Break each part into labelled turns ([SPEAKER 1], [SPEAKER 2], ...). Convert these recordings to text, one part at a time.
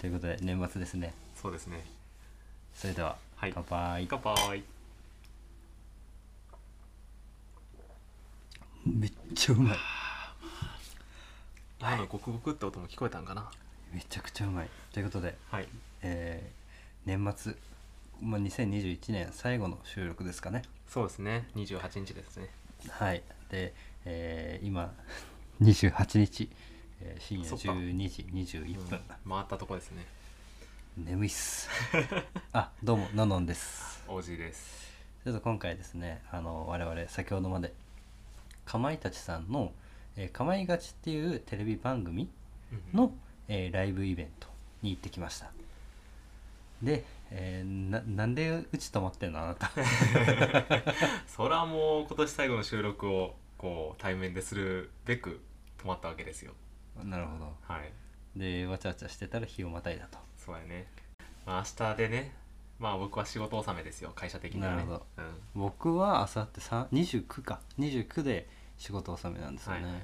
[SPEAKER 1] ということで年末ですね
[SPEAKER 2] そうですね
[SPEAKER 1] それでは、
[SPEAKER 2] はい
[SPEAKER 1] 乾杯
[SPEAKER 2] 乾杯
[SPEAKER 1] めっちゃうまい
[SPEAKER 2] 今のゴクゴクって音も聞こえたんかな
[SPEAKER 1] めちゃくちゃうまいということで、
[SPEAKER 2] はい
[SPEAKER 1] えー年末、まあ、2021年最後の収録ですかね
[SPEAKER 2] そうですね28日ですね
[SPEAKER 1] はいで、えー今28日、えー深夜
[SPEAKER 2] そっか
[SPEAKER 1] 12時21分、
[SPEAKER 2] うん回ったとこですね
[SPEAKER 1] 眠いっすあどうもののんです
[SPEAKER 2] 王子です
[SPEAKER 1] ちょっと今回ですねあの我々先ほどまでかまいたちさんの「えーかまいがち」っていうテレビ番組の、えーライブイベントに行ってきましたで、えーななんでうち泊まってんのあなた
[SPEAKER 2] そらもう今年最後の収録をこう対面でするべく泊まったわけですよ
[SPEAKER 1] なるほど
[SPEAKER 2] はい
[SPEAKER 1] でわちゃわちゃしてたら日をまたいだと
[SPEAKER 2] そうやねまあ明日でねまあ僕は仕事納めですよ会社的にはね
[SPEAKER 1] なるほど
[SPEAKER 2] うん
[SPEAKER 1] 僕はあさって29か29で仕事納めなんですよ
[SPEAKER 2] は
[SPEAKER 1] ね、
[SPEAKER 2] いはい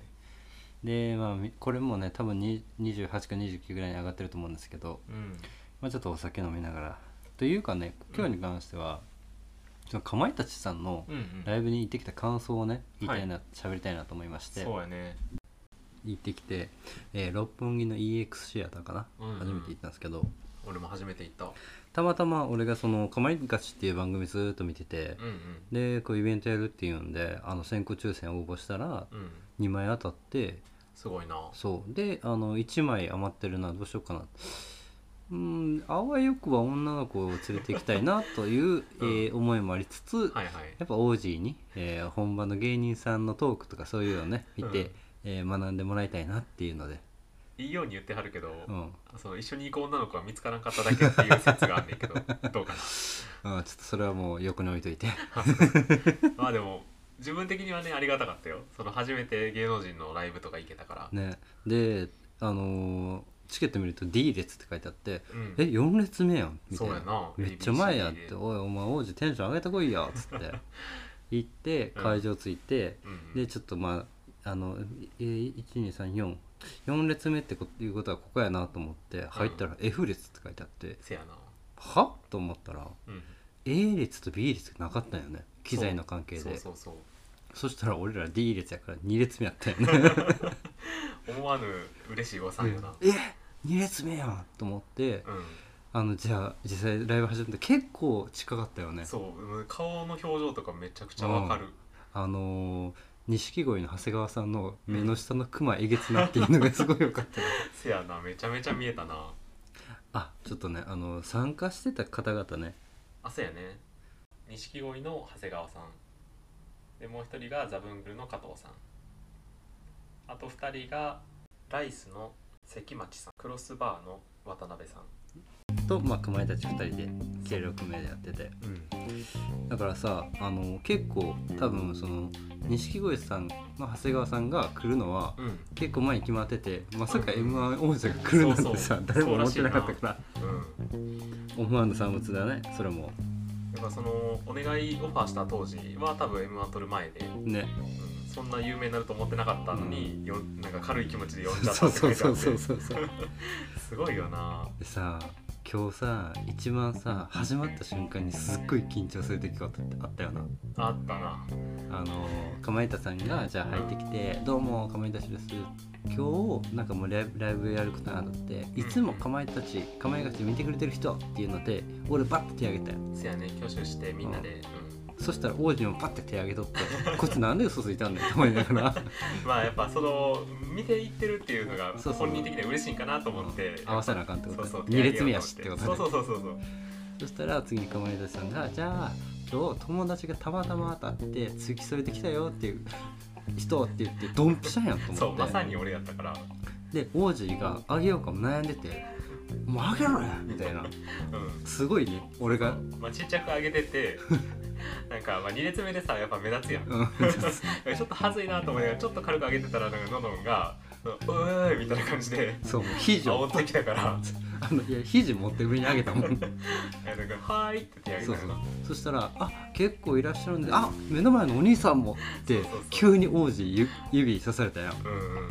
[SPEAKER 1] でまあみこれもね多分に28か29ぐらいに上がってると思うんですけど、
[SPEAKER 2] うん
[SPEAKER 1] まあ、ちょっとお酒飲みながらというかね今日に関しては、そのかまいたちさんの
[SPEAKER 2] うんうん
[SPEAKER 1] ライブに行ってきた感想をね言いたいな喋、りたいなと思いまして
[SPEAKER 2] そうやね
[SPEAKER 1] 行ってきて、えー六本木の EX シアターかな、
[SPEAKER 2] うんうん
[SPEAKER 1] 初めて行ったんですけど
[SPEAKER 2] 俺も初めて行った
[SPEAKER 1] たまたま俺がその「かまいたち」っていう番組ずーっと見てて、
[SPEAKER 2] うん
[SPEAKER 1] でこうイベントやるっていうんであの先行抽選応募したら
[SPEAKER 2] うんうん
[SPEAKER 1] 2枚当たって
[SPEAKER 2] すごいな
[SPEAKER 1] そうであの1枚余ってるなどうしようかなうんあわよくは女の子を連れて行きたいなという、えー思いもありつつ、
[SPEAKER 2] はいはい
[SPEAKER 1] やっぱオージーに、えー本場の芸人さんのトークとかそういうのをね見て、
[SPEAKER 2] うん
[SPEAKER 1] えー学んでもらいたいなっていうので、
[SPEAKER 2] いいように言ってはるけど、
[SPEAKER 1] うん
[SPEAKER 2] その一緒に行く女の子は見つからんかっただけっていう説があんねんけ どどう
[SPEAKER 1] うん、
[SPEAKER 2] か
[SPEAKER 1] ちょっとそれはもう横に置いといて
[SPEAKER 2] な まあでも自分的にはねありがたかったよその初めて芸能人のライブとか行けたから、
[SPEAKER 1] ねであのーチケット見ると D 列って書いてあって
[SPEAKER 2] うん
[SPEAKER 1] 「え4列目やん」みたい
[SPEAKER 2] そう
[SPEAKER 1] な
[SPEAKER 2] やな
[SPEAKER 1] めっちゃ前やっ
[SPEAKER 2] ABCD
[SPEAKER 1] て「
[SPEAKER 2] で
[SPEAKER 1] おいお前王子テンション上げてこいや」っつって 行って
[SPEAKER 2] うん
[SPEAKER 1] 会場着いて、
[SPEAKER 2] うん
[SPEAKER 1] でちょっとまああの12344列目ってこいうことはここやなと思って入ったら F 列って書いてあって
[SPEAKER 2] せやな
[SPEAKER 1] はと思ったら
[SPEAKER 2] うん
[SPEAKER 1] A 列と B 列がなかったんよね機材の関係で
[SPEAKER 2] そ
[SPEAKER 1] そう
[SPEAKER 2] そうそう
[SPEAKER 1] したら俺ら D 列やから2列目やったよね
[SPEAKER 2] 思わぬ嬉しい噂よな
[SPEAKER 1] え2列目やんと思って
[SPEAKER 2] うん、
[SPEAKER 1] あのじゃあ実際ライブ始めて結構近かったよね
[SPEAKER 2] そううん顔の表情とかめちゃくちゃわかる、
[SPEAKER 1] あのー錦鯉の長谷川さんの目の下のクマえげつなっていうのがすごいよかったな
[SPEAKER 2] せやなめちゃめちゃ見えたな
[SPEAKER 1] あちょっとねあの参加してた方々ね
[SPEAKER 2] あそうやね錦鯉の長谷川さんでもう一人がザブングルの加藤さんあと二人がライスの関町さんクロスバーの渡辺さん
[SPEAKER 1] と、まあ、かまいたち2人で計6名でやってて
[SPEAKER 2] うん
[SPEAKER 1] だからさあの結構多分その錦鯉さんの長谷川さんが来るのは
[SPEAKER 2] うん
[SPEAKER 1] 結構前に決まっててまさか
[SPEAKER 2] うん
[SPEAKER 1] m 1王者が来るなんて
[SPEAKER 2] そう
[SPEAKER 1] さ
[SPEAKER 2] そう
[SPEAKER 1] 誰も思ってなかったから
[SPEAKER 2] うん
[SPEAKER 1] 思わぬ産物だねそれも
[SPEAKER 2] やっぱそのお願いオファーした当時は多分 m 1取る前で、うん
[SPEAKER 1] ね
[SPEAKER 2] そんな有名になると思ってなかったのに、よなんか軽い気持ちで呼んじゃった
[SPEAKER 1] そ
[SPEAKER 2] っ
[SPEAKER 1] う
[SPEAKER 2] て
[SPEAKER 1] そ
[SPEAKER 2] 書
[SPEAKER 1] う
[SPEAKER 2] いてあ
[SPEAKER 1] そ
[SPEAKER 2] っ
[SPEAKER 1] う
[SPEAKER 2] て
[SPEAKER 1] そうそうそう
[SPEAKER 2] すごいよな
[SPEAKER 1] でさ今日さ一番さ始まった瞬間にすっごい緊張する出来事ってあったよな
[SPEAKER 2] あったな
[SPEAKER 1] あのかまいたちさんがじゃあ入ってきて「どうもかまいたちです」今日なんかもうライブライブやることがあっていつもかまいたちかまいがち見てくれてる人っていうので俺バッて手挙げたよ
[SPEAKER 2] せやね挙手してみんなで、うん
[SPEAKER 1] そしたら王子もパッて手挙げとって「こいつなんで嘘ついたんだよ」と思いながら
[SPEAKER 2] まあやっぱその見ていってるっていうのが
[SPEAKER 1] そうそう
[SPEAKER 2] 本人的には嬉しいんかなと思って
[SPEAKER 1] 合わせなあかんって
[SPEAKER 2] そ
[SPEAKER 1] こと
[SPEAKER 2] うそう
[SPEAKER 1] 2列目やしってこと
[SPEAKER 2] そう
[SPEAKER 1] ね
[SPEAKER 2] そうそうそうそう
[SPEAKER 1] そしたら次にかまいたちさんが「じゃあ今日友達がたまたま当たって通き添えてきたよ」っていう人って言ってドンピシャやんと思って
[SPEAKER 2] そうまさに俺やったから
[SPEAKER 1] で王子があげようかも悩んでて「もうあげろや!」みたいな
[SPEAKER 2] うん
[SPEAKER 1] すごいね俺が
[SPEAKER 2] まあちっちゃく上げてて なんかまあ2列目でさやっぱ目立つやん
[SPEAKER 1] うん
[SPEAKER 2] ちょっと恥ずいなと思いながらちょっと軽く上げてたらなんかののんが「うーい」みたいな感じで
[SPEAKER 1] そうもう肘を
[SPEAKER 2] 煽ってきたから
[SPEAKER 1] あのいや肘持って上にあげたもん
[SPEAKER 2] 「なんかはーい」って手挙
[SPEAKER 1] そう
[SPEAKER 2] げた
[SPEAKER 1] そ
[SPEAKER 2] よ
[SPEAKER 1] う
[SPEAKER 2] な
[SPEAKER 1] そしたら「あ結構いらっしゃるんであ目の前のお兄さんも」って
[SPEAKER 2] そうそうそう
[SPEAKER 1] 急に王子ゆ指さされたよ
[SPEAKER 2] うんうん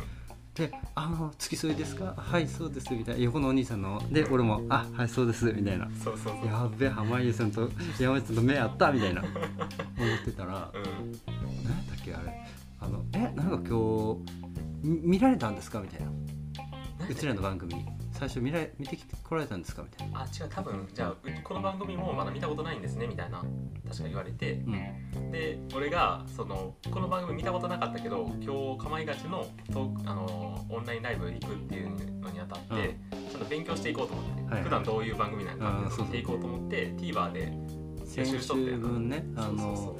[SPEAKER 1] で「あの付き添いですかはいそうです」みたいな横のお兄さんので俺も「あはいそうです」みたいな
[SPEAKER 2] そうそう
[SPEAKER 1] 「
[SPEAKER 2] そう
[SPEAKER 1] やっべ濱家さんと山内さんと目合った」みたいな思ってたら
[SPEAKER 2] うん
[SPEAKER 1] 何だっけあれあの「えなんか今日み見られたんですか?」みたいなうちらの番組に最初見られ見てきてこられたんですかみたいな。
[SPEAKER 2] あ違う多分じゃあうこの番組もまだ見たことないんですねみたいな確か言われて
[SPEAKER 1] うん、
[SPEAKER 2] で俺がそのこの番組見たことなかったけど今日かまいがちのトークあのオンラインライブ行くっていうのにあたって、ちょっと勉強していこうと思って、
[SPEAKER 1] はいはい
[SPEAKER 2] 普段どういう番組なのかっていう
[SPEAKER 1] あー
[SPEAKER 2] の
[SPEAKER 1] そう
[SPEAKER 2] を
[SPEAKER 1] そう
[SPEAKER 2] していこうと思って TVer で
[SPEAKER 1] 先週分ねあの
[SPEAKER 2] そうそう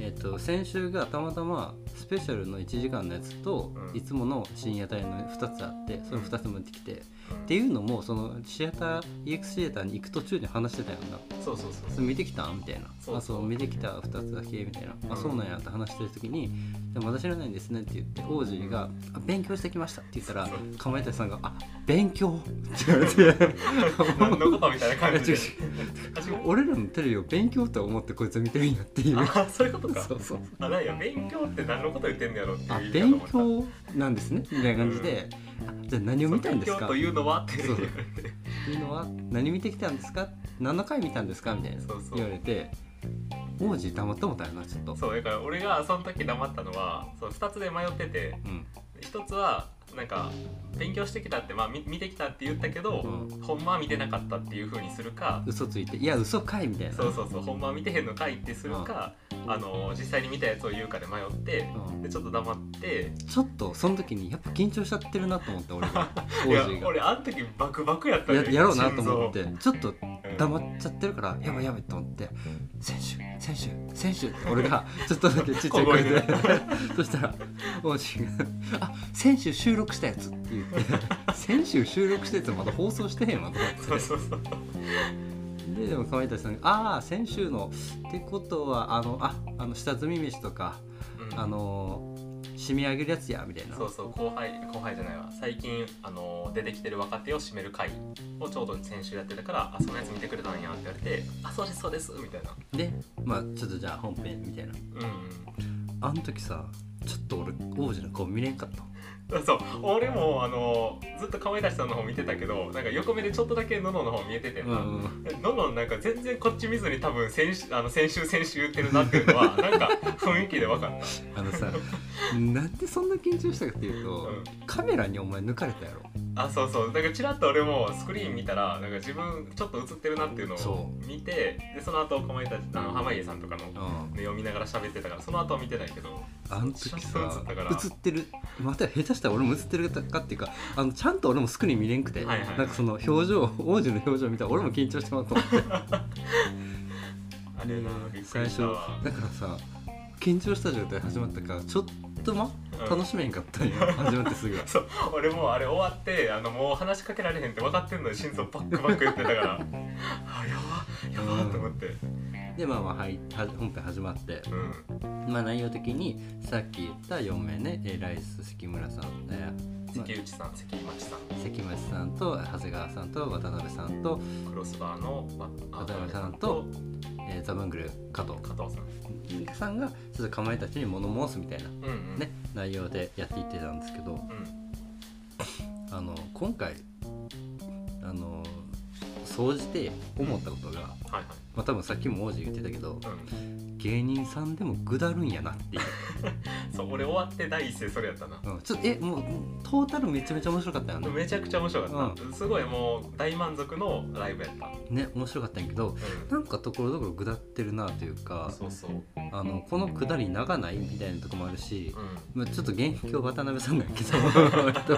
[SPEAKER 1] えっと先週がたまたまスペシャルの1時間のやつと、
[SPEAKER 2] うん
[SPEAKER 1] いつもの深夜帯の2つあってそれ2つ持ってきて、
[SPEAKER 2] そう、うん
[SPEAKER 1] っていうのもそのシアター EX シアターに行く途中に話してたよな
[SPEAKER 2] そうそうそう
[SPEAKER 1] そ れ見てきたみたいな
[SPEAKER 2] そう
[SPEAKER 1] あそう見てきた2つだけみたいな、あ
[SPEAKER 2] うん
[SPEAKER 1] そうなんやって話してる時に「でも私知らないんですね」って言って王子が「あ勉強してきました」って言ったら
[SPEAKER 2] そう
[SPEAKER 1] かまいたちさんが「あ勉強」って言われて
[SPEAKER 2] 何のことみたいな感じであ違う
[SPEAKER 1] 俺らのテレビを勉強と思ってこいつ見てるんやっていう
[SPEAKER 2] あそういうことか
[SPEAKER 1] そうそう
[SPEAKER 2] あなんや勉強って何のこと言ってんのやろって
[SPEAKER 1] あ
[SPEAKER 2] いう意味
[SPEAKER 1] 勉
[SPEAKER 2] だと思っ
[SPEAKER 1] 強なんですねみたいな感じで「あじゃあ何
[SPEAKER 2] た
[SPEAKER 1] を見たんです
[SPEAKER 2] そう
[SPEAKER 1] か?」
[SPEAKER 2] 勉強というのはって
[SPEAKER 1] そうっていうのは何見てきたんですか何の回見たんですかみたいな
[SPEAKER 2] そうそう
[SPEAKER 1] 言われて王子たまったもたよなちょっと
[SPEAKER 2] そうだから俺がその時黙ったのはそう2つで迷ってて
[SPEAKER 1] うん
[SPEAKER 2] 1つはなんか勉強してきたって、まあ、み見てきたって言ったけど、
[SPEAKER 1] う
[SPEAKER 2] ほんまは見てなかったっていうふうにするか、
[SPEAKER 1] 嘘ついていや嘘かいみたいな
[SPEAKER 2] そうそうそうほんまは見てへんのかいってするか、あの実際に見たやつを言うかで迷って
[SPEAKER 1] うん
[SPEAKER 2] でちょっと黙って
[SPEAKER 1] ちょっとその時にやっぱ緊張しちゃってるなと思った俺が王
[SPEAKER 2] いや
[SPEAKER 1] 子が
[SPEAKER 2] 俺あの時バクバクやった
[SPEAKER 1] ややろうなと思っ
[SPEAKER 2] 心
[SPEAKER 1] てちょっと
[SPEAKER 2] 臓うん
[SPEAKER 1] 黙っちゃってるからやばいやばいと思って「選手選手選手」って俺が ちょっとだけちっちゃい声で
[SPEAKER 2] 小
[SPEAKER 1] そしたら王子が「あ選手収録したやつ」って 言って「選手収録したやつまだ放送してへんわ」と思って
[SPEAKER 2] そうそうそう
[SPEAKER 1] ででもかまいたちさんが「ああ先週の」ってことはあのああの下積み飯とか
[SPEAKER 2] うん
[SPEAKER 1] あのー締め上げるやつやみたいな
[SPEAKER 2] そうそう後輩後輩じゃないわ最近あの出てきてる若手を締める会をちょうど先週やってたから「あそのやつ見てくれたんや」って言われて「あそうですそうです」みたいな
[SPEAKER 1] でまあちょっとじゃあ本編みたいな
[SPEAKER 2] うん
[SPEAKER 1] あの時さちょっと俺王子の顔見れんかった
[SPEAKER 2] うんそう俺もあのずっとかまいたちさんの方見てたけどなんか横目でちょっとだけののの方見えててんな、
[SPEAKER 1] ん
[SPEAKER 2] ののなんか全然こっち見ずに多分先週あの先週先週言ってるなっていうのはなん か雰囲気で分かった
[SPEAKER 1] あのさなんでそんな緊張したかっていうと、
[SPEAKER 2] うん
[SPEAKER 1] カメラにお前抜かれたやろ
[SPEAKER 2] あそうそうだからちらっと俺もスクリーン見たらなんか自分ちょっと映ってるなっていうの
[SPEAKER 1] そ
[SPEAKER 2] を見てでその後かまいたちあの濱家さんとかの
[SPEAKER 1] うん
[SPEAKER 2] 目を見ながら喋ってたからその後は見てないけど
[SPEAKER 1] あの時さ
[SPEAKER 2] 写真写ったから
[SPEAKER 1] 映ってるまた下手したら俺も映ってるかっていうかあのちゃんと俺もスクリーン見れんくて、
[SPEAKER 2] はいはいはい
[SPEAKER 1] なんかその表情王子の表情見たら俺も緊張してまうと思って
[SPEAKER 2] あれなびっく
[SPEAKER 1] 最
[SPEAKER 2] りし
[SPEAKER 1] 初
[SPEAKER 2] たわ、
[SPEAKER 1] だからさ緊張した状態始まったからちょっとま
[SPEAKER 2] うん
[SPEAKER 1] 楽しめんかったんよ始 まってすぐは
[SPEAKER 2] そう俺もうあれ終わってあのもう話しかけられへんって分かってんのに心臓バックバック言ってたからあやばやばと思って
[SPEAKER 1] でまあまあ、はい、は本編始まって
[SPEAKER 2] うん
[SPEAKER 1] まあ内容的にさっき言った4名ねえーライス関村さん、えーま
[SPEAKER 2] 関内さん関町さ
[SPEAKER 1] あ、関町さんと長谷川さんと渡辺さんと、
[SPEAKER 2] んクロスバーのわ
[SPEAKER 1] 渡辺さんとえーザブングル加藤
[SPEAKER 2] 加藤さん
[SPEAKER 1] さんがちょっとかまいたちに物申すみたいな、
[SPEAKER 2] うんうん
[SPEAKER 1] ね、内容でやっていってたんですけど
[SPEAKER 2] うん
[SPEAKER 1] あの今回あの総じて思ったことが。
[SPEAKER 2] はいはい
[SPEAKER 1] まあ、多分さっきも王子言ってたけど
[SPEAKER 2] うん
[SPEAKER 1] 芸人さんでもぐだるんやなっていう、
[SPEAKER 2] そう俺終わって第一声それやったな
[SPEAKER 1] うん、ちょっとえもうトータルめちゃめちゃ面白かったよね
[SPEAKER 2] めちゃくちゃ面白かった、すごいもう大満足のライブやった、う
[SPEAKER 1] ね面白かったんやけど
[SPEAKER 2] ん
[SPEAKER 1] なんかところどころぐだってるなというか
[SPEAKER 2] そうそううん
[SPEAKER 1] あのこのくだり長ないみたいなとこもあるし、まあ、ちょっと元凶渡辺さんなんやけど 割と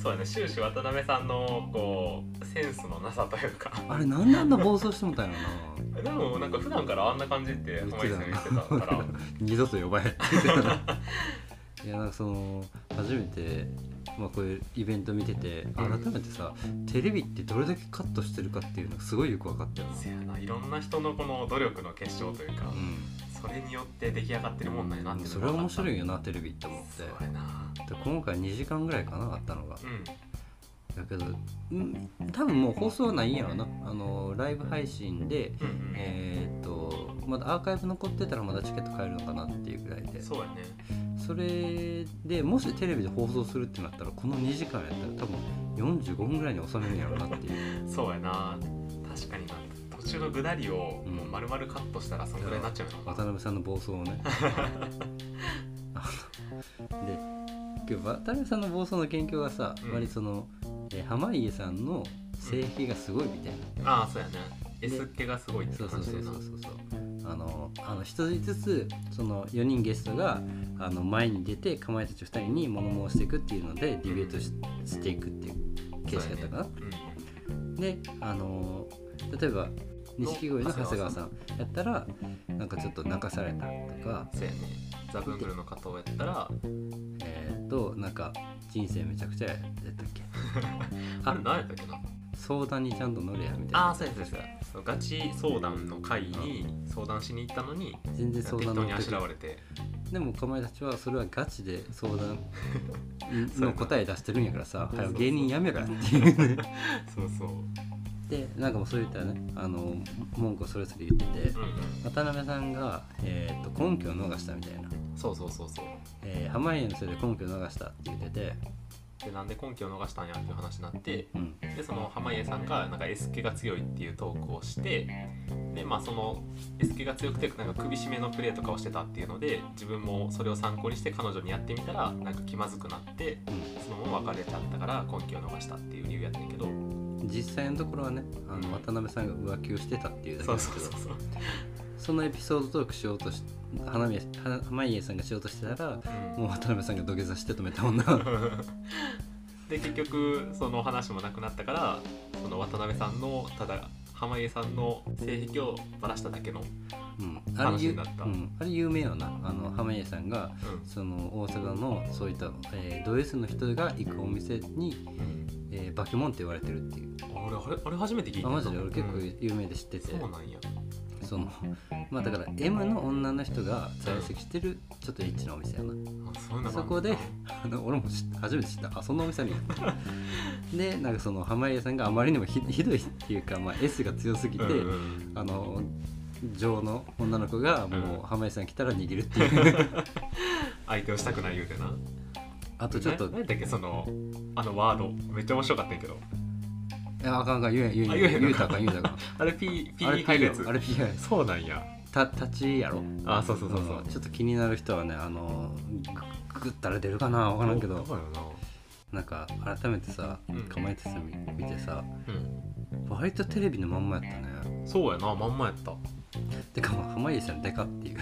[SPEAKER 2] そうやね終始渡辺さんのこうセンスのなさというか
[SPEAKER 1] あれなんであんな暴走してもたんやろな
[SPEAKER 2] でもなんか普段からあんな感じって
[SPEAKER 1] 言っ
[SPEAKER 2] 濱
[SPEAKER 1] て
[SPEAKER 2] 家
[SPEAKER 1] た
[SPEAKER 2] さん言ってたから
[SPEAKER 1] 二度と呼ばへんって言ってたないやなんかその初めて、まあ、こういうイベント見てて改めてさテレビってどれだけカットしてるかっていうのがすごいよく分かったよな
[SPEAKER 2] せやないろんな人のこの努力の結晶というか
[SPEAKER 1] う
[SPEAKER 2] それによって出来上がってるもんなんやなっ
[SPEAKER 1] ん、
[SPEAKER 2] て
[SPEAKER 1] それは面白い
[SPEAKER 2] よ
[SPEAKER 1] よなテレビって思って
[SPEAKER 2] そうやな
[SPEAKER 1] で今回2時間ぐらいかなあったのが
[SPEAKER 2] うん
[SPEAKER 1] だけど、うん、多分もう放送はないんやろなあのライブ配信で
[SPEAKER 2] うんうん
[SPEAKER 1] えーっとまだアーカイブ残ってたらまだチケット買えるのかなっていうぐらいで
[SPEAKER 2] そうやね
[SPEAKER 1] それでもしテレビで放送するってなったらこの2時間やったら多分45分ぐらいに収めるんやろうなって いう
[SPEAKER 2] そうやな確かにな途中のぐだりを
[SPEAKER 1] うん
[SPEAKER 2] もう丸々カットしたらそんぐらいになっちゃうよな、
[SPEAKER 1] 渡辺さんの暴走をねあので今日渡辺さんの暴走の研究がさ、
[SPEAKER 2] うん
[SPEAKER 1] 割とその、えー濱家さんの性癖がすごいみたいな、
[SPEAKER 2] ああそうやね S っ気がすごいって
[SPEAKER 1] そうそ
[SPEAKER 2] 感
[SPEAKER 1] う
[SPEAKER 2] じ
[SPEAKER 1] そ
[SPEAKER 2] で
[SPEAKER 1] う
[SPEAKER 2] な
[SPEAKER 1] そうそうそうあのあの一人ずつその4人ゲストがあの前に出てかまいたち2人に物申していくっていうのでディベートししていくっていう形式だったかな、
[SPEAKER 2] うん
[SPEAKER 1] であのー例えば錦鯉の長谷川さんやったらなんかちょっと泣かされたとか
[SPEAKER 2] そうやねザブングルの加藤やったら
[SPEAKER 1] えーっとなんか人生めちゃくちゃやったっけ
[SPEAKER 2] あ
[SPEAKER 1] あ
[SPEAKER 2] れ何やったっけな
[SPEAKER 1] 相談にちゃんと乗れやみたい
[SPEAKER 2] あ
[SPEAKER 1] な
[SPEAKER 2] あそうやそうやそうやそうガチ相談の会に相談しに行ったのに
[SPEAKER 1] 全然相
[SPEAKER 2] 適
[SPEAKER 1] 談
[SPEAKER 2] 当
[SPEAKER 1] 乗
[SPEAKER 2] にあ
[SPEAKER 1] って
[SPEAKER 2] しらわれて
[SPEAKER 1] でもかまいたちはそれはガチで相談
[SPEAKER 2] そうや
[SPEAKER 1] の
[SPEAKER 2] な
[SPEAKER 1] 答え出してるんやからさ「
[SPEAKER 2] そう
[SPEAKER 1] は
[SPEAKER 2] そ
[SPEAKER 1] よ
[SPEAKER 2] うそう
[SPEAKER 1] 芸人やめろ」っていうね
[SPEAKER 2] そうそううん
[SPEAKER 1] でなんかもうそういったねあの文句をそれぞれ言ってて
[SPEAKER 2] う
[SPEAKER 1] 渡辺さんが、えーっと根拠を逃したみたいな。
[SPEAKER 2] んそうそうそうそう
[SPEAKER 1] えー、濱家のせいで根拠を逃したって言ってて、
[SPEAKER 2] でなんで根拠を逃したんやっていう話になって
[SPEAKER 1] うん、
[SPEAKER 2] でその濱家さんがなんか S 気が強いっていうトークをしてでまあその S 気が強くてなんか首絞めのプレーとかをしてたっていうので自分もそれを参考にして彼女にやってみたらなんか気まずくなってそのまま別れちゃったから根拠を逃したっていう理由やったんやけど
[SPEAKER 1] 実際のところはねあ
[SPEAKER 2] うん
[SPEAKER 1] の渡辺さんが浮気をしてたっていうだけ
[SPEAKER 2] そ
[SPEAKER 1] なん
[SPEAKER 2] う
[SPEAKER 1] です
[SPEAKER 2] そ
[SPEAKER 1] け
[SPEAKER 2] う
[SPEAKER 1] ど
[SPEAKER 2] そうそう
[SPEAKER 1] そのエピソードトークしようとし花見花濱家さんがしようとしてたら
[SPEAKER 2] うん
[SPEAKER 1] もう渡辺さんが土下座して止めた もんな
[SPEAKER 2] で結局その話もなくなったからその渡辺さんのただ濱家さんの性癖をばらしただけの、う
[SPEAKER 1] うんあれ
[SPEAKER 2] 話
[SPEAKER 1] ゆ
[SPEAKER 2] になった
[SPEAKER 1] うん、あれ有名よなあの濱家さんが
[SPEAKER 2] ん
[SPEAKER 1] その大阪のそういった、えー、ド S の人が行くお店に、えー、バケモンって言われてるっていう
[SPEAKER 2] 俺あれあれ初めて聞いた
[SPEAKER 1] あマジで俺結構
[SPEAKER 2] うん
[SPEAKER 1] 有名で知ってて、
[SPEAKER 2] そうなんや
[SPEAKER 1] そのまあだから M の女の人が在籍してるちょっとエッチなお店やな
[SPEAKER 2] あそういうのが
[SPEAKER 1] そ
[SPEAKER 2] あんの
[SPEAKER 1] こであの俺も知っ初めて知ったあそんなお店あるんやでなんかその濱家さんがあまりにもひひどいっていうか、まあ、S が強すぎて、
[SPEAKER 2] うんうん
[SPEAKER 1] あの女王の女の子がもう濱家さん来たら逃げるっていう
[SPEAKER 2] 相手をしたくない言うてな
[SPEAKER 1] あとちょっと
[SPEAKER 2] ななんだっけそのあのワードめっちゃ面白かったんやけ
[SPEAKER 1] 「
[SPEAKER 2] ど
[SPEAKER 1] いやあかんあかん言えん言えん
[SPEAKER 2] あ
[SPEAKER 1] 言えん
[SPEAKER 2] 言えん
[SPEAKER 1] 言うたらあかん言うたらあかん」
[SPEAKER 2] あれ P, P
[SPEAKER 1] あれ P
[SPEAKER 2] 入るやつ
[SPEAKER 1] よあれ P や
[SPEAKER 2] そうなんや
[SPEAKER 1] た立ちやろ
[SPEAKER 2] あそうそうそうそう
[SPEAKER 1] あのちょっと気になる人はねあのググったら出るかな分からんけど
[SPEAKER 2] そうやな
[SPEAKER 1] なんか改めてさ
[SPEAKER 2] うん
[SPEAKER 1] かまいたちさん見見てさ
[SPEAKER 2] うん
[SPEAKER 1] 割とテレビのまんまやったね
[SPEAKER 2] そうやなまんまやった
[SPEAKER 1] てかもう濱家さんでかっていう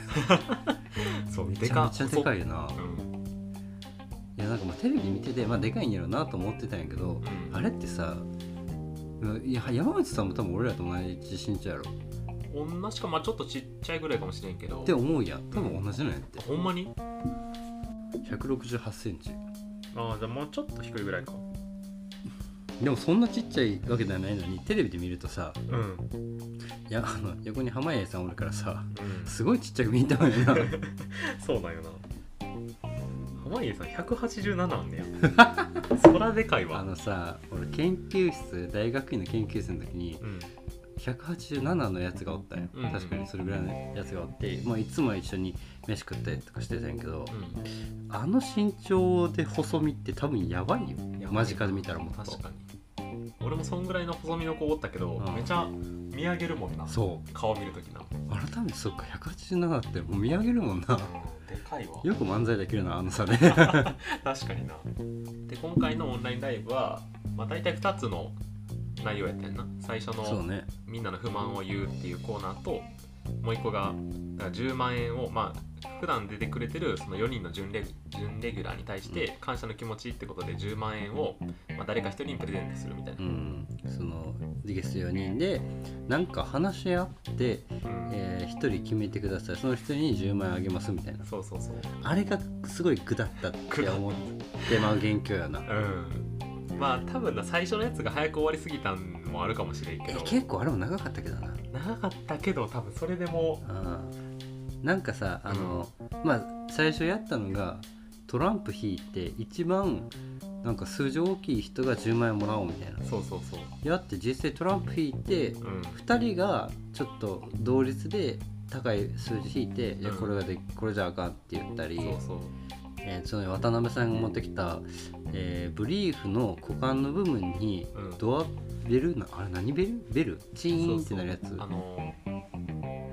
[SPEAKER 2] そう
[SPEAKER 1] めちゃめちゃでかいよな
[SPEAKER 2] 細うん
[SPEAKER 1] いやなんかまあテレビ見ててまあでかいんやろなと思ってたんやけど
[SPEAKER 2] うん
[SPEAKER 1] あれってさいや山内さんも多分俺らと同じ身長やろ
[SPEAKER 2] 同じかまあちょっとちっちゃいぐらいかもしれんけど
[SPEAKER 1] って思うやん多分同じなんやって
[SPEAKER 2] あほんまに
[SPEAKER 1] 1 6 8ンチ
[SPEAKER 2] ああじゃあもうちょっと低いぐらいか
[SPEAKER 1] でもそんなちっちゃいわけではないのにテレビで見るとさ
[SPEAKER 2] うんうん
[SPEAKER 1] いやあの横に濱家さんおるからさすごいちっちゃく見えたわよ な
[SPEAKER 2] そうなんよな濱家さん187なんね やそらでかい
[SPEAKER 1] あ
[SPEAKER 2] わ
[SPEAKER 1] のさ俺研究室大学院の研究室の時に
[SPEAKER 2] うん
[SPEAKER 1] 187のやつがおったんよ、
[SPEAKER 2] うん
[SPEAKER 1] 確かにそれぐらいのやつがおって、まあ、いつも一緒に飯食ったりとかしてたんやけど、あの身長で細身って多分やばいよ
[SPEAKER 2] やばい
[SPEAKER 1] 間近で見たらもっと
[SPEAKER 2] 確かに俺もそんぐらいの細身の子おったけど、
[SPEAKER 1] うん
[SPEAKER 2] めちゃ見上げるもんな
[SPEAKER 1] そう
[SPEAKER 2] 顔見るときな、
[SPEAKER 1] 改めてそっか187ってもう見上げるもん な
[SPEAKER 2] でかいわ
[SPEAKER 1] よく漫才できるなあの差で
[SPEAKER 2] 確かになで今回のオンラインライブは、まあ、大体2つの内容やったんやな最初
[SPEAKER 1] そう
[SPEAKER 2] の
[SPEAKER 1] ね
[SPEAKER 2] 「みんなの不満を言う」っていうコーナーともう1個がだから10万円をまあ普段出てくれてるその4人の準レギ準レギュラーに対して感謝の気持ちってことで10万円を、まあ、誰か1人にプレゼントするみたいな
[SPEAKER 1] う、んそのゲスト4人でなんか話し合って、
[SPEAKER 2] うん
[SPEAKER 1] え1人決めてくださいその人に10万円あげますみたいな
[SPEAKER 2] そうそうそう
[SPEAKER 1] あれがすごいグだったって思ってまう元凶 やな
[SPEAKER 2] うんまあ多分な最初のやつが早く終わりすぎたんもあるかもしれんけ
[SPEAKER 1] え
[SPEAKER 2] ど
[SPEAKER 1] 結構あれも長かったけどな
[SPEAKER 2] 長かったけど多分それでも
[SPEAKER 1] あなんかさあの、まあ最初やったのがトランプ引いて一番なんか数字大きい人が10万円もらおうみたいな
[SPEAKER 2] そうそうそう
[SPEAKER 1] やって実際トランプ引いて
[SPEAKER 2] うん
[SPEAKER 1] 2人がちょっと同率で高い数字引いて、じゃあ
[SPEAKER 2] うん
[SPEAKER 1] これがでこれじゃあかんって言ったり、
[SPEAKER 2] そうそう
[SPEAKER 1] えーその渡辺さんが持ってきた、えーブリーフの股間の部分に
[SPEAKER 2] うん
[SPEAKER 1] ドアベルなあれ何ベルベルチーンってなるやつ
[SPEAKER 2] そうそうあの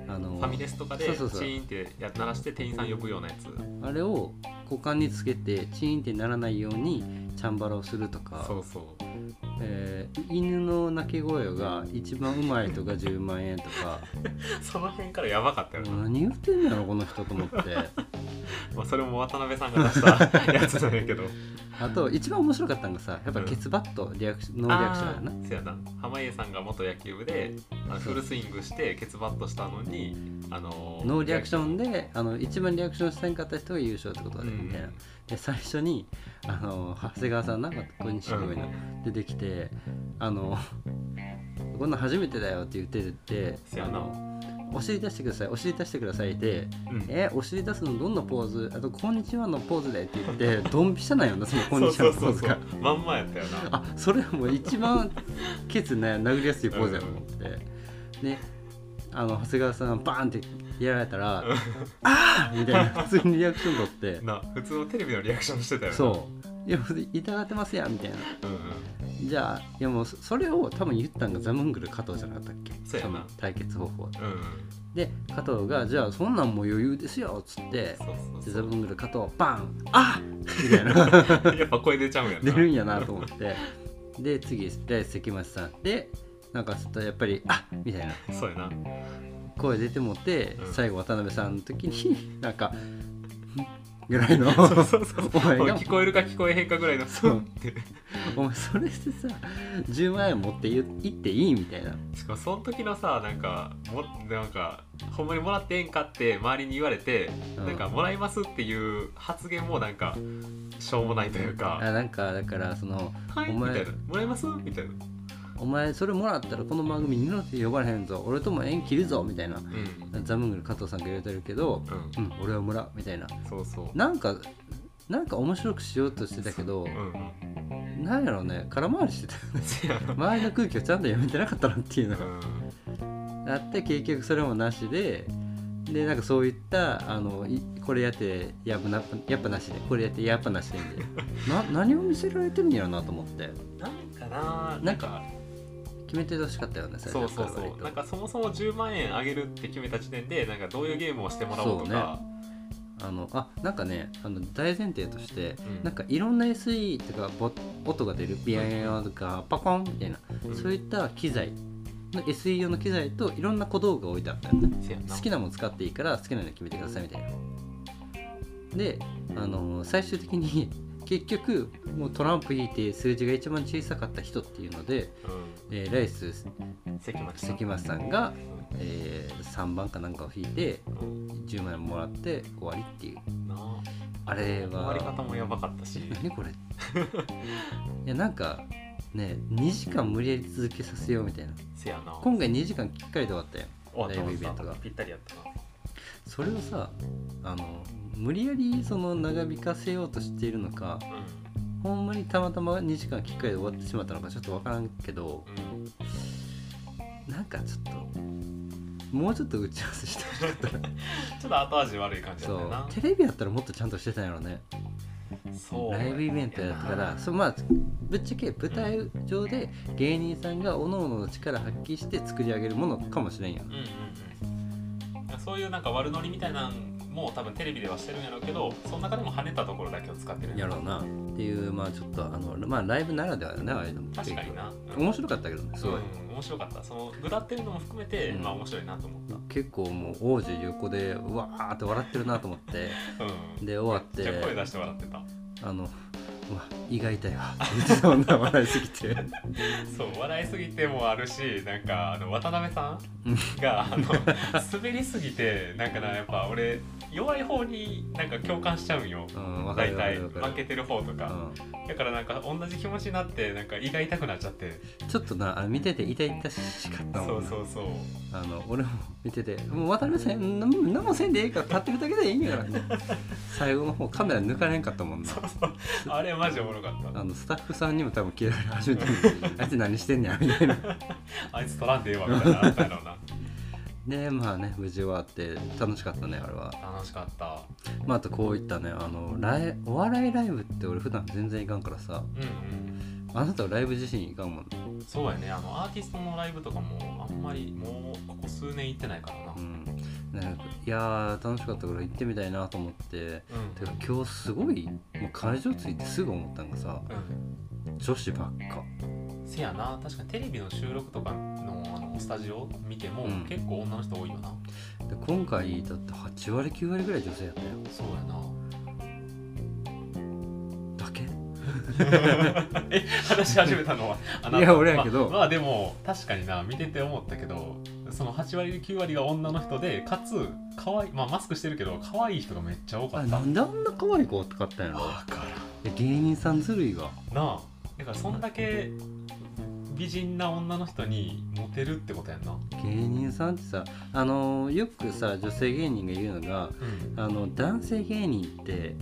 [SPEAKER 1] あの
[SPEAKER 2] ファミレスとかでチ
[SPEAKER 1] そうそうそう
[SPEAKER 2] ーンってや鳴らして店員さん呼ぶようなやつ
[SPEAKER 1] あれを股間につけてチーンってならないようにチャンバラをするとか
[SPEAKER 2] そうそう
[SPEAKER 1] えー犬の鳴き声が一番うまい人が10万円とか
[SPEAKER 2] その辺からやばかったよな、
[SPEAKER 1] もう何言ってんだろこの人と思って
[SPEAKER 2] まあ、それも渡辺さんが出し たやつなんやけど
[SPEAKER 1] あと一番面白かったのがさやっぱケツバットリアクシノーリアクションやな
[SPEAKER 2] あーそうやな濱家さんが元野球部であのフルスイングしてケツバットしたのにあの
[SPEAKER 1] ノーリアクショ
[SPEAKER 2] ン
[SPEAKER 1] ンであの一番リアクションしてんかった人が優勝ってことだねみたいな、で最初にあの長谷川さんなんかここに白いの出てきてあの「こんなん初めてだよ」って言ってて
[SPEAKER 2] せや
[SPEAKER 1] あ
[SPEAKER 2] な
[SPEAKER 1] のお尻出してくださいお尻出してください」で
[SPEAKER 2] うん
[SPEAKER 1] 「えお尻出すのどんなポーズあと「こんにちは」のポーズでって言ってドンピシャなんよなその「こんにちは」のポーズが
[SPEAKER 2] そうそうそうそうまんまやったよな
[SPEAKER 1] あそれはもう一番ケツな殴りやすいポーズやと思ってであの長谷川さんバーンってやられた ら「あーみたいな普通にリアクション取って
[SPEAKER 2] な普通のテレビのリアクションしてたよな
[SPEAKER 1] そう「いや痛がってますやん」みたいな
[SPEAKER 2] う、うんうん、
[SPEAKER 1] じゃあいやもうそそれを多分言ったんがザムングル加藤じゃなかったっけ
[SPEAKER 2] そうやな
[SPEAKER 1] の対決方法
[SPEAKER 2] うんうん
[SPEAKER 1] で加藤が「じゃあそんなんもう余裕ですよ」っつって
[SPEAKER 2] そう
[SPEAKER 1] で
[SPEAKER 2] そう
[SPEAKER 1] ザ
[SPEAKER 2] そ
[SPEAKER 1] ムングル加藤バンあみたい な
[SPEAKER 2] うやっぱ声出ちゃうんやな
[SPEAKER 1] 出るんやなと思ってで次で関町さんでなんかちょっとやっぱり「あみたいな
[SPEAKER 2] そうやな
[SPEAKER 1] 声出てもって、
[SPEAKER 2] うん
[SPEAKER 1] 最後渡辺さんの時になんか「ぐらいの
[SPEAKER 2] そうそうそう
[SPEAKER 1] お前が
[SPEAKER 2] 聞こえるか聞こえへんかぐらいの
[SPEAKER 1] そう
[SPEAKER 2] そうって
[SPEAKER 1] お前それでさ10万円持っていっていい?」みたいな。
[SPEAKER 2] しかもその時のさなんかもなんかほんまにもらってええんかって周りに言われて、
[SPEAKER 1] うん
[SPEAKER 2] なんかもらいますっていう発言もなんかしょうもないというか
[SPEAKER 1] あなんかだからその
[SPEAKER 2] 「はい」
[SPEAKER 1] お
[SPEAKER 2] みた
[SPEAKER 1] 前
[SPEAKER 2] いな「もらいます?」みたいな、
[SPEAKER 1] 「お前それもらったらこの番組二度と呼ばれへんぞ俺とも縁切るぞ」みたいな
[SPEAKER 2] うん
[SPEAKER 1] ザムングル加藤さんが言われてるけど
[SPEAKER 2] う
[SPEAKER 1] 「
[SPEAKER 2] ん
[SPEAKER 1] う、ん俺はもらう」みたいな
[SPEAKER 2] そうそう
[SPEAKER 1] なんかなんか面白くしようとしてたけど
[SPEAKER 2] うん
[SPEAKER 1] なんやろうね空回りしてたよね
[SPEAKER 2] せやな
[SPEAKER 1] 周りの空気をちゃんと読めてなかったなっていうのが
[SPEAKER 2] うん
[SPEAKER 1] あって結局それもなしででなんかそういったあのいこれやってやっぱなやっぱなしでこれやってやっぱなしでみたいなな何を見せられてるんやろうなと思って
[SPEAKER 2] なんかな
[SPEAKER 1] なんか決めてほしかったよね最
[SPEAKER 2] そう
[SPEAKER 1] 初から
[SPEAKER 2] そう
[SPEAKER 1] 割
[SPEAKER 2] そう
[SPEAKER 1] と
[SPEAKER 2] なんかそもそも10万円あげるって決めた時点でなんかどういうゲームをしてもらおうとか
[SPEAKER 1] あのあなんかねあの大前提として、
[SPEAKER 2] うん
[SPEAKER 1] なんかいろんな SE とかボ音が出るビヤンヤンとかパコンみたいな、
[SPEAKER 2] うん
[SPEAKER 1] そういった機材の SE 用の機材といろんな小道具が置いてあったよね
[SPEAKER 2] せやな
[SPEAKER 1] 好きなもの使っていいから好きなの決めてくださいみたいなであの最終的に結局もうトランプ引いて数字が一番小さかった人っていうので、えーライス
[SPEAKER 2] うん関町さん
[SPEAKER 1] 関町さんが、え3番かなんかを引いて
[SPEAKER 2] うん
[SPEAKER 1] 10万円もらって終わりっていう
[SPEAKER 2] なあ
[SPEAKER 1] あれ
[SPEAKER 2] 終わり
[SPEAKER 1] は
[SPEAKER 2] 方もやばかったし
[SPEAKER 1] 何これ いやなんかね2時間無理やり続けさせようみたいな
[SPEAKER 2] せやな
[SPEAKER 1] 今回2時間きっかりで終わったよ
[SPEAKER 2] 終わった
[SPEAKER 1] ライブ
[SPEAKER 2] 終
[SPEAKER 1] イベ
[SPEAKER 2] わ
[SPEAKER 1] ン
[SPEAKER 2] っ
[SPEAKER 1] ト
[SPEAKER 2] た
[SPEAKER 1] が
[SPEAKER 2] ぴったりやったな
[SPEAKER 1] それをさあの無理やりその長引かせようとしているのか
[SPEAKER 2] う
[SPEAKER 1] ほんまにたまたま2時間きっかりで終わってしまったのかちょっと分からんけど
[SPEAKER 2] んうん
[SPEAKER 1] なんかちょっともうちょっと打ち合わせしてほしかったな
[SPEAKER 2] ちょっと後味悪い感じだ
[SPEAKER 1] そ
[SPEAKER 2] ったよ
[SPEAKER 1] う
[SPEAKER 2] な
[SPEAKER 1] テレビやったらもっとちゃんとしてたんやろね
[SPEAKER 2] そう
[SPEAKER 1] ライブイベントやったからそうまあぶっちゃけ舞台上で芸人さんが各々の力発揮して作り上げるものかもしれんやん
[SPEAKER 2] うんうんうんそういうなんか悪ノリみたいなんも多分テレビではしてるんやろうけどその中でも跳ねたところだけを使ってるん
[SPEAKER 1] や
[SPEAKER 2] や
[SPEAKER 1] ろうなっていうまあちょっとあのまあライブならではだねああいうのも
[SPEAKER 2] 確かにな
[SPEAKER 1] 面白かったけどねすごい、
[SPEAKER 2] うん、面白かったそのぐだってるのも含めて、
[SPEAKER 1] うん
[SPEAKER 2] まあ面白いなと思った
[SPEAKER 1] 結構もう王子横でうわーって笑ってるなと思って
[SPEAKER 2] うん
[SPEAKER 1] で終わって
[SPEAKER 2] じゃあ声出して笑ってた
[SPEAKER 1] あの「うわ胃が痛いわ」 って言ってそんな笑いすぎて
[SPEAKER 2] そう笑いすぎてもあるしなんかあの渡辺さ
[SPEAKER 1] うん
[SPEAKER 2] んが あの滑りすぎてなんかなやっぱ俺弱い方になんか共感しちゃうんよ
[SPEAKER 1] うんわか
[SPEAKER 2] 大
[SPEAKER 1] るわか
[SPEAKER 2] 体
[SPEAKER 1] るわか
[SPEAKER 2] 負け
[SPEAKER 1] る、
[SPEAKER 2] てる方と
[SPEAKER 1] う
[SPEAKER 2] か、
[SPEAKER 1] ん、
[SPEAKER 2] だからなんか同じ気持ちになってなんか胃が痛くなっちゃって
[SPEAKER 1] ちょっとなあの見てて痛々しかったも
[SPEAKER 2] そ
[SPEAKER 1] ん
[SPEAKER 2] う
[SPEAKER 1] な
[SPEAKER 2] そうそう
[SPEAKER 1] あの俺も見てて「もう渡辺さんな何もせんでええから立ってるだけでいいんやから」みたいな最後の方カメラ抜かれんかったもんな
[SPEAKER 2] あれマジおもろかった
[SPEAKER 1] あのスタッフさんにも多分嫌われ始めてるあいつ何してんねやみたいな
[SPEAKER 2] あいつ取らんでええわみたいなあったやろうな
[SPEAKER 1] でまあね無事終わって楽しかったねあれは、
[SPEAKER 2] 楽しかった
[SPEAKER 1] まあ、あとこういったねあのライお笑いライブって俺普段全然行かんからさ
[SPEAKER 2] うん
[SPEAKER 1] あなたはライブ自身行かんもんね
[SPEAKER 2] うんそうやねあのアーティストのライブとかもあんまりもうここ数年行ってないからなう、
[SPEAKER 1] うんんなんかいやー楽しかったから行ってみたいなと思っててか今日すごいもう会場着いてすぐ思ったんがさ
[SPEAKER 2] う
[SPEAKER 1] 女子ばっか
[SPEAKER 2] ん、せやな確かにテレビの収録とかのあのスタジオ見ても、
[SPEAKER 1] うん
[SPEAKER 2] 結構女の人多いよな
[SPEAKER 1] で今回だって8割9割ぐらい女性やったよ
[SPEAKER 2] そうやな
[SPEAKER 1] だけ
[SPEAKER 2] え話し始めた のはあない
[SPEAKER 1] や俺やけど
[SPEAKER 2] まあ、まあでも確かにな見てて思ったけどその8割9割が女の人でかつ可愛いまあマスクしてるけど可愛い人がめっちゃ多か
[SPEAKER 1] あ
[SPEAKER 2] っ
[SPEAKER 1] れ
[SPEAKER 2] た
[SPEAKER 1] な
[SPEAKER 2] わ
[SPEAKER 1] んであんな可愛い子とかあったんやろ
[SPEAKER 2] から
[SPEAKER 1] いや芸人さんずるいが
[SPEAKER 2] んなあだからそんだけ美人な女の人にモテるってことやんな
[SPEAKER 1] 芸人さんってさあのーよくさ女性芸人が言うのが
[SPEAKER 2] うん
[SPEAKER 1] あの男性芸人って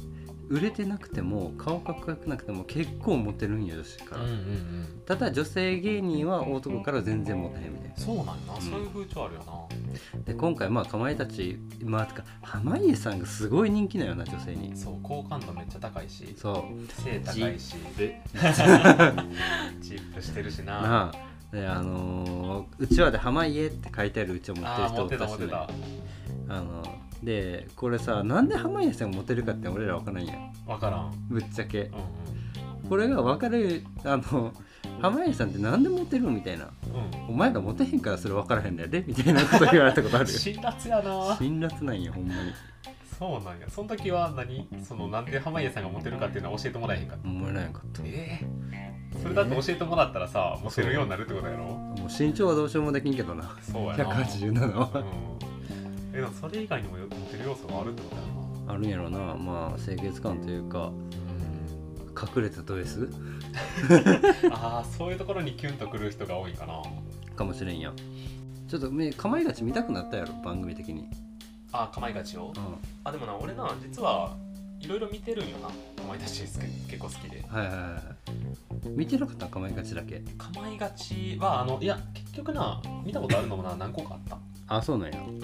[SPEAKER 1] 売れてなくても顔かっこよくなくても結構モテるんよ女子か
[SPEAKER 2] うん
[SPEAKER 1] ら、
[SPEAKER 2] うんうん
[SPEAKER 1] ただ女性芸人は男から全然モテへんみたいな
[SPEAKER 2] そうなんやな、
[SPEAKER 1] うん
[SPEAKER 2] そういう風潮あるよな
[SPEAKER 1] で今回まあかまいたちまあてか濱家さんがすごい人気なよな女性に
[SPEAKER 2] そう好感度めっちゃ高いし
[SPEAKER 1] そう
[SPEAKER 2] 背高 いし
[SPEAKER 1] で
[SPEAKER 2] チップしてるしな
[SPEAKER 1] なあであのーうちわで「濱家」って書いてあるうちを持ってる
[SPEAKER 2] あー
[SPEAKER 1] 人
[SPEAKER 2] モ
[SPEAKER 1] おっ
[SPEAKER 2] テ
[SPEAKER 1] た
[SPEAKER 2] た
[SPEAKER 1] し
[SPEAKER 2] モ
[SPEAKER 1] ね
[SPEAKER 2] テた
[SPEAKER 1] あのでこれさなんで濱家さんがモテるかって俺ら分からんやん
[SPEAKER 2] 分からん
[SPEAKER 1] ぶっちゃけ
[SPEAKER 2] う
[SPEAKER 1] これが分かるあの濱家さんってなんでモテるみたいなん
[SPEAKER 2] うんうん
[SPEAKER 1] お前らモテへんからそれ分からへんだよねみたいなこと言われたことあ る
[SPEAKER 2] 辛辣やな
[SPEAKER 1] 辛辣なんやほんまに
[SPEAKER 2] そうなんやその時は何そのなんで濱家さんがモテるかっていうのは教えてもらえへんかった
[SPEAKER 1] 思えないかった
[SPEAKER 2] ええそれだって教えてもらったらさモテるようになるってことやろ
[SPEAKER 1] もう身長はどうしようもできんけどな
[SPEAKER 2] そうやな
[SPEAKER 1] 187
[SPEAKER 2] う
[SPEAKER 1] は
[SPEAKER 2] んえでもそれ以外にもモテる要素があるってことやな
[SPEAKER 1] あるんやろなまあ清潔感というか隠れたド S
[SPEAKER 2] ああそういうところにキュンとくる人が多いかな
[SPEAKER 1] かもしれんやんちょっとねかまいたち見たくなったやろ番組的に
[SPEAKER 2] あー構いがちを
[SPEAKER 1] うん
[SPEAKER 2] あでもな俺な実はいろいろ見てるんよなかまいたちですけど結構好きで
[SPEAKER 1] はいはいはい見てなかったかまいたちだけ
[SPEAKER 2] かまいがちはあのいや結局な見たことあるのもな何個かあった
[SPEAKER 1] あそうなんや
[SPEAKER 2] うん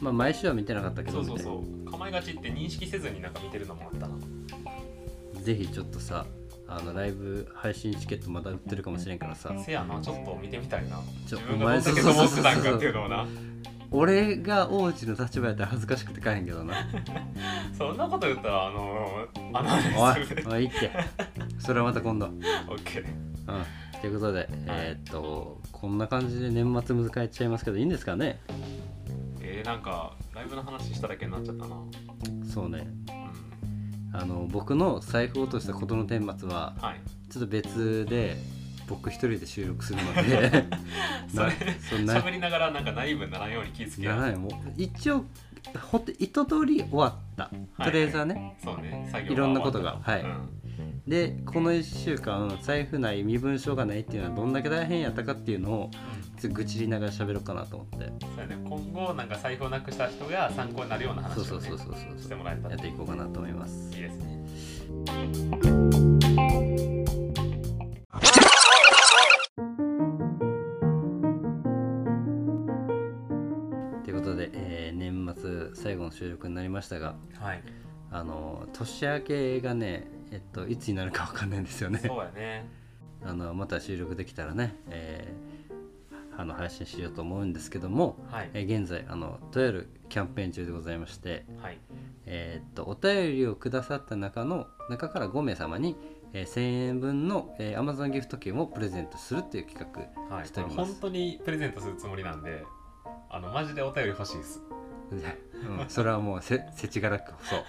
[SPEAKER 1] まあ毎週は見てなかったけ
[SPEAKER 2] そ
[SPEAKER 1] ど
[SPEAKER 2] うそうそう構えがちって認識せずになんか見てるのもあったな
[SPEAKER 1] みたいなぜひちょっとさあのライブ配信チケットまだ売ってるかもしれんからさ
[SPEAKER 2] せやなちょっと見てみたいな
[SPEAKER 1] ち
[SPEAKER 2] 自
[SPEAKER 1] ょ
[SPEAKER 2] 分がどんだけと思ってたんかっていうのをな
[SPEAKER 1] 俺が王子の立場やったら恥ずかしくて買えへんけどな
[SPEAKER 2] そんなこと言ったらあのー、アナ
[SPEAKER 1] お
[SPEAKER 2] ウ
[SPEAKER 1] い
[SPEAKER 2] ンスで
[SPEAKER 1] おいいいってそれはまた今度
[SPEAKER 2] オ ッケー
[SPEAKER 1] うんということで、えーっとこんな感じで年末迎えちゃいますけどいいんですかね
[SPEAKER 2] えー、なんかライブの話しただけになっちゃったなうん
[SPEAKER 1] そうねあの僕の財布落としたことの顛末は
[SPEAKER 2] はい
[SPEAKER 1] ちょっと別で僕一人で収録するので
[SPEAKER 2] それ
[SPEAKER 1] そんな
[SPEAKER 2] 喋りながらなんかナイーブにならんように気ぃつけ
[SPEAKER 1] ならな
[SPEAKER 2] や
[SPEAKER 1] いもう一応ほんと一通り終わった
[SPEAKER 2] は
[SPEAKER 1] と
[SPEAKER 2] い
[SPEAKER 1] りあえずはね、
[SPEAKER 2] そうね作業
[SPEAKER 1] いろんなことが
[SPEAKER 2] は
[SPEAKER 1] はい、でこの1週間財布ない身分証がないっていうのはどんだけ大変やったかっていうのをちょっと愚痴りながら喋ろうかなと思って
[SPEAKER 2] そうやね今後なんか財布をなくした人が参考になるような
[SPEAKER 1] そう
[SPEAKER 2] 話
[SPEAKER 1] そ
[SPEAKER 2] を
[SPEAKER 1] う
[SPEAKER 2] ね
[SPEAKER 1] そうそう
[SPEAKER 2] し
[SPEAKER 1] そ
[SPEAKER 2] て
[SPEAKER 1] う
[SPEAKER 2] もらえた
[SPEAKER 1] や
[SPEAKER 2] ら
[SPEAKER 1] っ
[SPEAKER 2] い
[SPEAKER 1] ていこうかなと思います
[SPEAKER 2] いですね
[SPEAKER 1] ということで、えー年末最後の収録になりましたが
[SPEAKER 2] はい
[SPEAKER 1] あの年明けがねえっといつになるか分かんないんですよね
[SPEAKER 2] そうやね
[SPEAKER 1] あのまた収録できたらね、えーあの配信しようと思うんですけども、
[SPEAKER 2] はい
[SPEAKER 1] えー現在あのとあるキャンペーン中でございまして、
[SPEAKER 2] はい
[SPEAKER 1] えーっとお便りをくださった中の中から5名様に、えー1000円分の、えー Amazon ギフト券をプレゼントするっていう企画
[SPEAKER 2] はい、
[SPEAKER 1] しております
[SPEAKER 2] 本当にプレゼントするつもりなんであのマジでお便り欲しいです
[SPEAKER 1] で うん、それはもうせせちがらくそう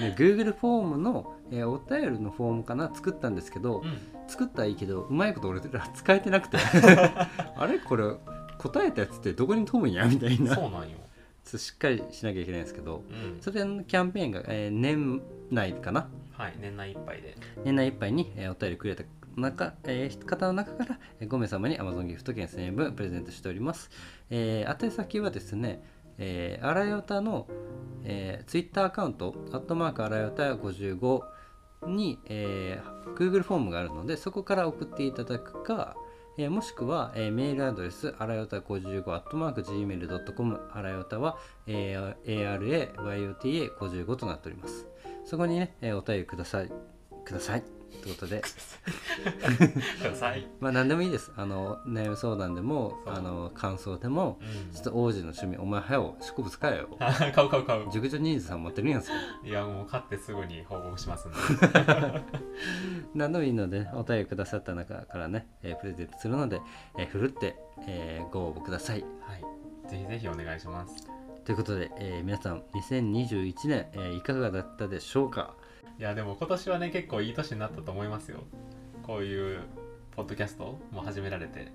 [SPEAKER 1] で Google フォームの、えーお便りのフォームかな作ったんですけど、
[SPEAKER 2] ん
[SPEAKER 1] 作ったらいいけどうまいこと俺ら使えてなく てあれこれ答えたやつってどこに飛ぶんやみたい な
[SPEAKER 2] そうなんよ、
[SPEAKER 1] そうしっかりしなきゃいけないんですけど
[SPEAKER 2] うん
[SPEAKER 1] それのキャンペーンが、えー年内かな
[SPEAKER 2] はい年内いっぱ いで
[SPEAKER 1] 年内いっぱいに、えーお便りくれた中、えー方の中から、えー5名様に Amazon ギフト券1000円分プレゼントしております、えー宛先はですね、えー、あらよたの、えー、Twitter アカウント「アットマークあらよた55」に、えー Google フォームがあるのでそこから送っていただくか、えーもしくは、えーメールアドレスあらよた55 gmail.com あらよたは、えー arayota55 となっておりますそこにね、えーお便りくださいくださいということ で
[SPEAKER 2] ください。
[SPEAKER 1] まあ何でもいいですあの悩み相談でも
[SPEAKER 2] そう
[SPEAKER 1] あの感想でもちょっと王子の趣味お前早う植物買えよ
[SPEAKER 2] 買う買う買う。
[SPEAKER 1] 熟女ニーズさん持ってるんやん すよ
[SPEAKER 2] いやもう買ってすぐに報告します んで。
[SPEAKER 1] 何でもいいのでお便りくださった中からね、えープレゼントするので、えー、ふるって、えーご応募ください
[SPEAKER 2] はい。ぜひぜひお願いします。
[SPEAKER 1] ということで、えー皆さん2021年、えーいかがだったでしょうか
[SPEAKER 2] いやでも今年はね結構いい年になったと思いますよ。こういうポッドキャストも始められて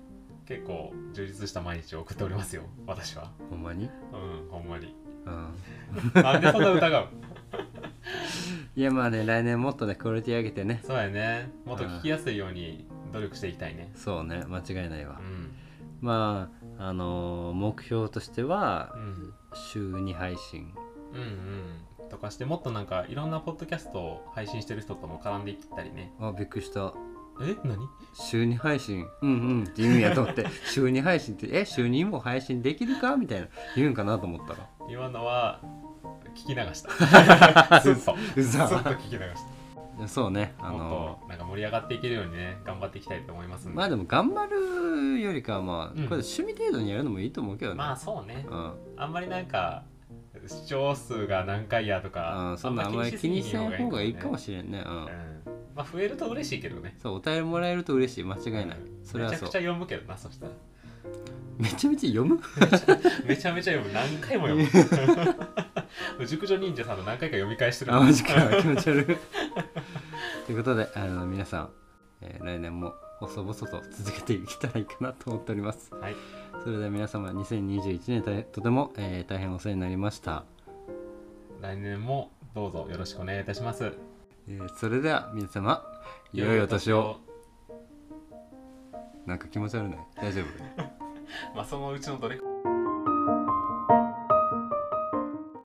[SPEAKER 2] 結構充実した毎日を送っておりますよ私は。
[SPEAKER 1] ほんまに、
[SPEAKER 2] うんほんま に。
[SPEAKER 1] うん、
[SPEAKER 2] なんでそんな疑う。
[SPEAKER 1] いやまあね来年もっとねクオリティ上げてね
[SPEAKER 2] そうやね。もっと聞きやすいように努力していきたいね。
[SPEAKER 1] そうね間違いないわ
[SPEAKER 2] う、ん
[SPEAKER 1] まああのー目標としては
[SPEAKER 2] うん。
[SPEAKER 1] 週2配信
[SPEAKER 2] うんうんとかしてもっとなんかいろんなポッドキャストを配信してる人とも絡んでいったりね
[SPEAKER 1] あびっくりした
[SPEAKER 2] え何
[SPEAKER 1] 週2配信うんうんって言うんやと思って 週2配信ってえ週2も配信できるかみたいな言うんかなと思ったら
[SPEAKER 2] 今のは聞き流した ずっと
[SPEAKER 1] う
[SPEAKER 2] ずっと
[SPEAKER 1] ざ
[SPEAKER 2] 聞き流し
[SPEAKER 1] そうね
[SPEAKER 2] た
[SPEAKER 1] あ
[SPEAKER 2] も
[SPEAKER 1] の
[SPEAKER 2] っとなんか盛り上がっていけるようにね頑張っていきたいと思いますんで
[SPEAKER 1] まあでも頑張るよりかはまあ、
[SPEAKER 2] うん
[SPEAKER 1] これ趣味程度にやるのもいいと思うけどね、
[SPEAKER 2] まあそうね
[SPEAKER 1] うん
[SPEAKER 2] あんまりなんか視聴数が何回やとか
[SPEAKER 1] あーそんなあんまり気にしない方がいいかもしれんね、う
[SPEAKER 2] れ
[SPEAKER 1] ん、
[SPEAKER 2] ない、うんまあ、増えると嬉しいけどね
[SPEAKER 1] そうお便りもらえると嬉しい間違いない、
[SPEAKER 2] うん
[SPEAKER 1] それは
[SPEAKER 2] めち
[SPEAKER 1] そ
[SPEAKER 2] ゃ
[SPEAKER 1] う
[SPEAKER 2] くちゃ読むけどなそしたら
[SPEAKER 1] めちゃめちゃ読む
[SPEAKER 2] めちゃめちゃ読む何回も読む 熟女忍者さんと何回か読み返してる
[SPEAKER 1] あマジか気持ち悪いということであの皆さん、えー来年も細々と続けていけたらいいかなと思っております
[SPEAKER 2] はい
[SPEAKER 1] それでは皆様2021年大とても、えー大変お世話になりました、
[SPEAKER 2] 来年もどうぞよろしくお願いいたします
[SPEAKER 1] えーそれでは皆様良いお年をなんか気持ち悪ない大丈夫
[SPEAKER 2] まあそのうちのどれか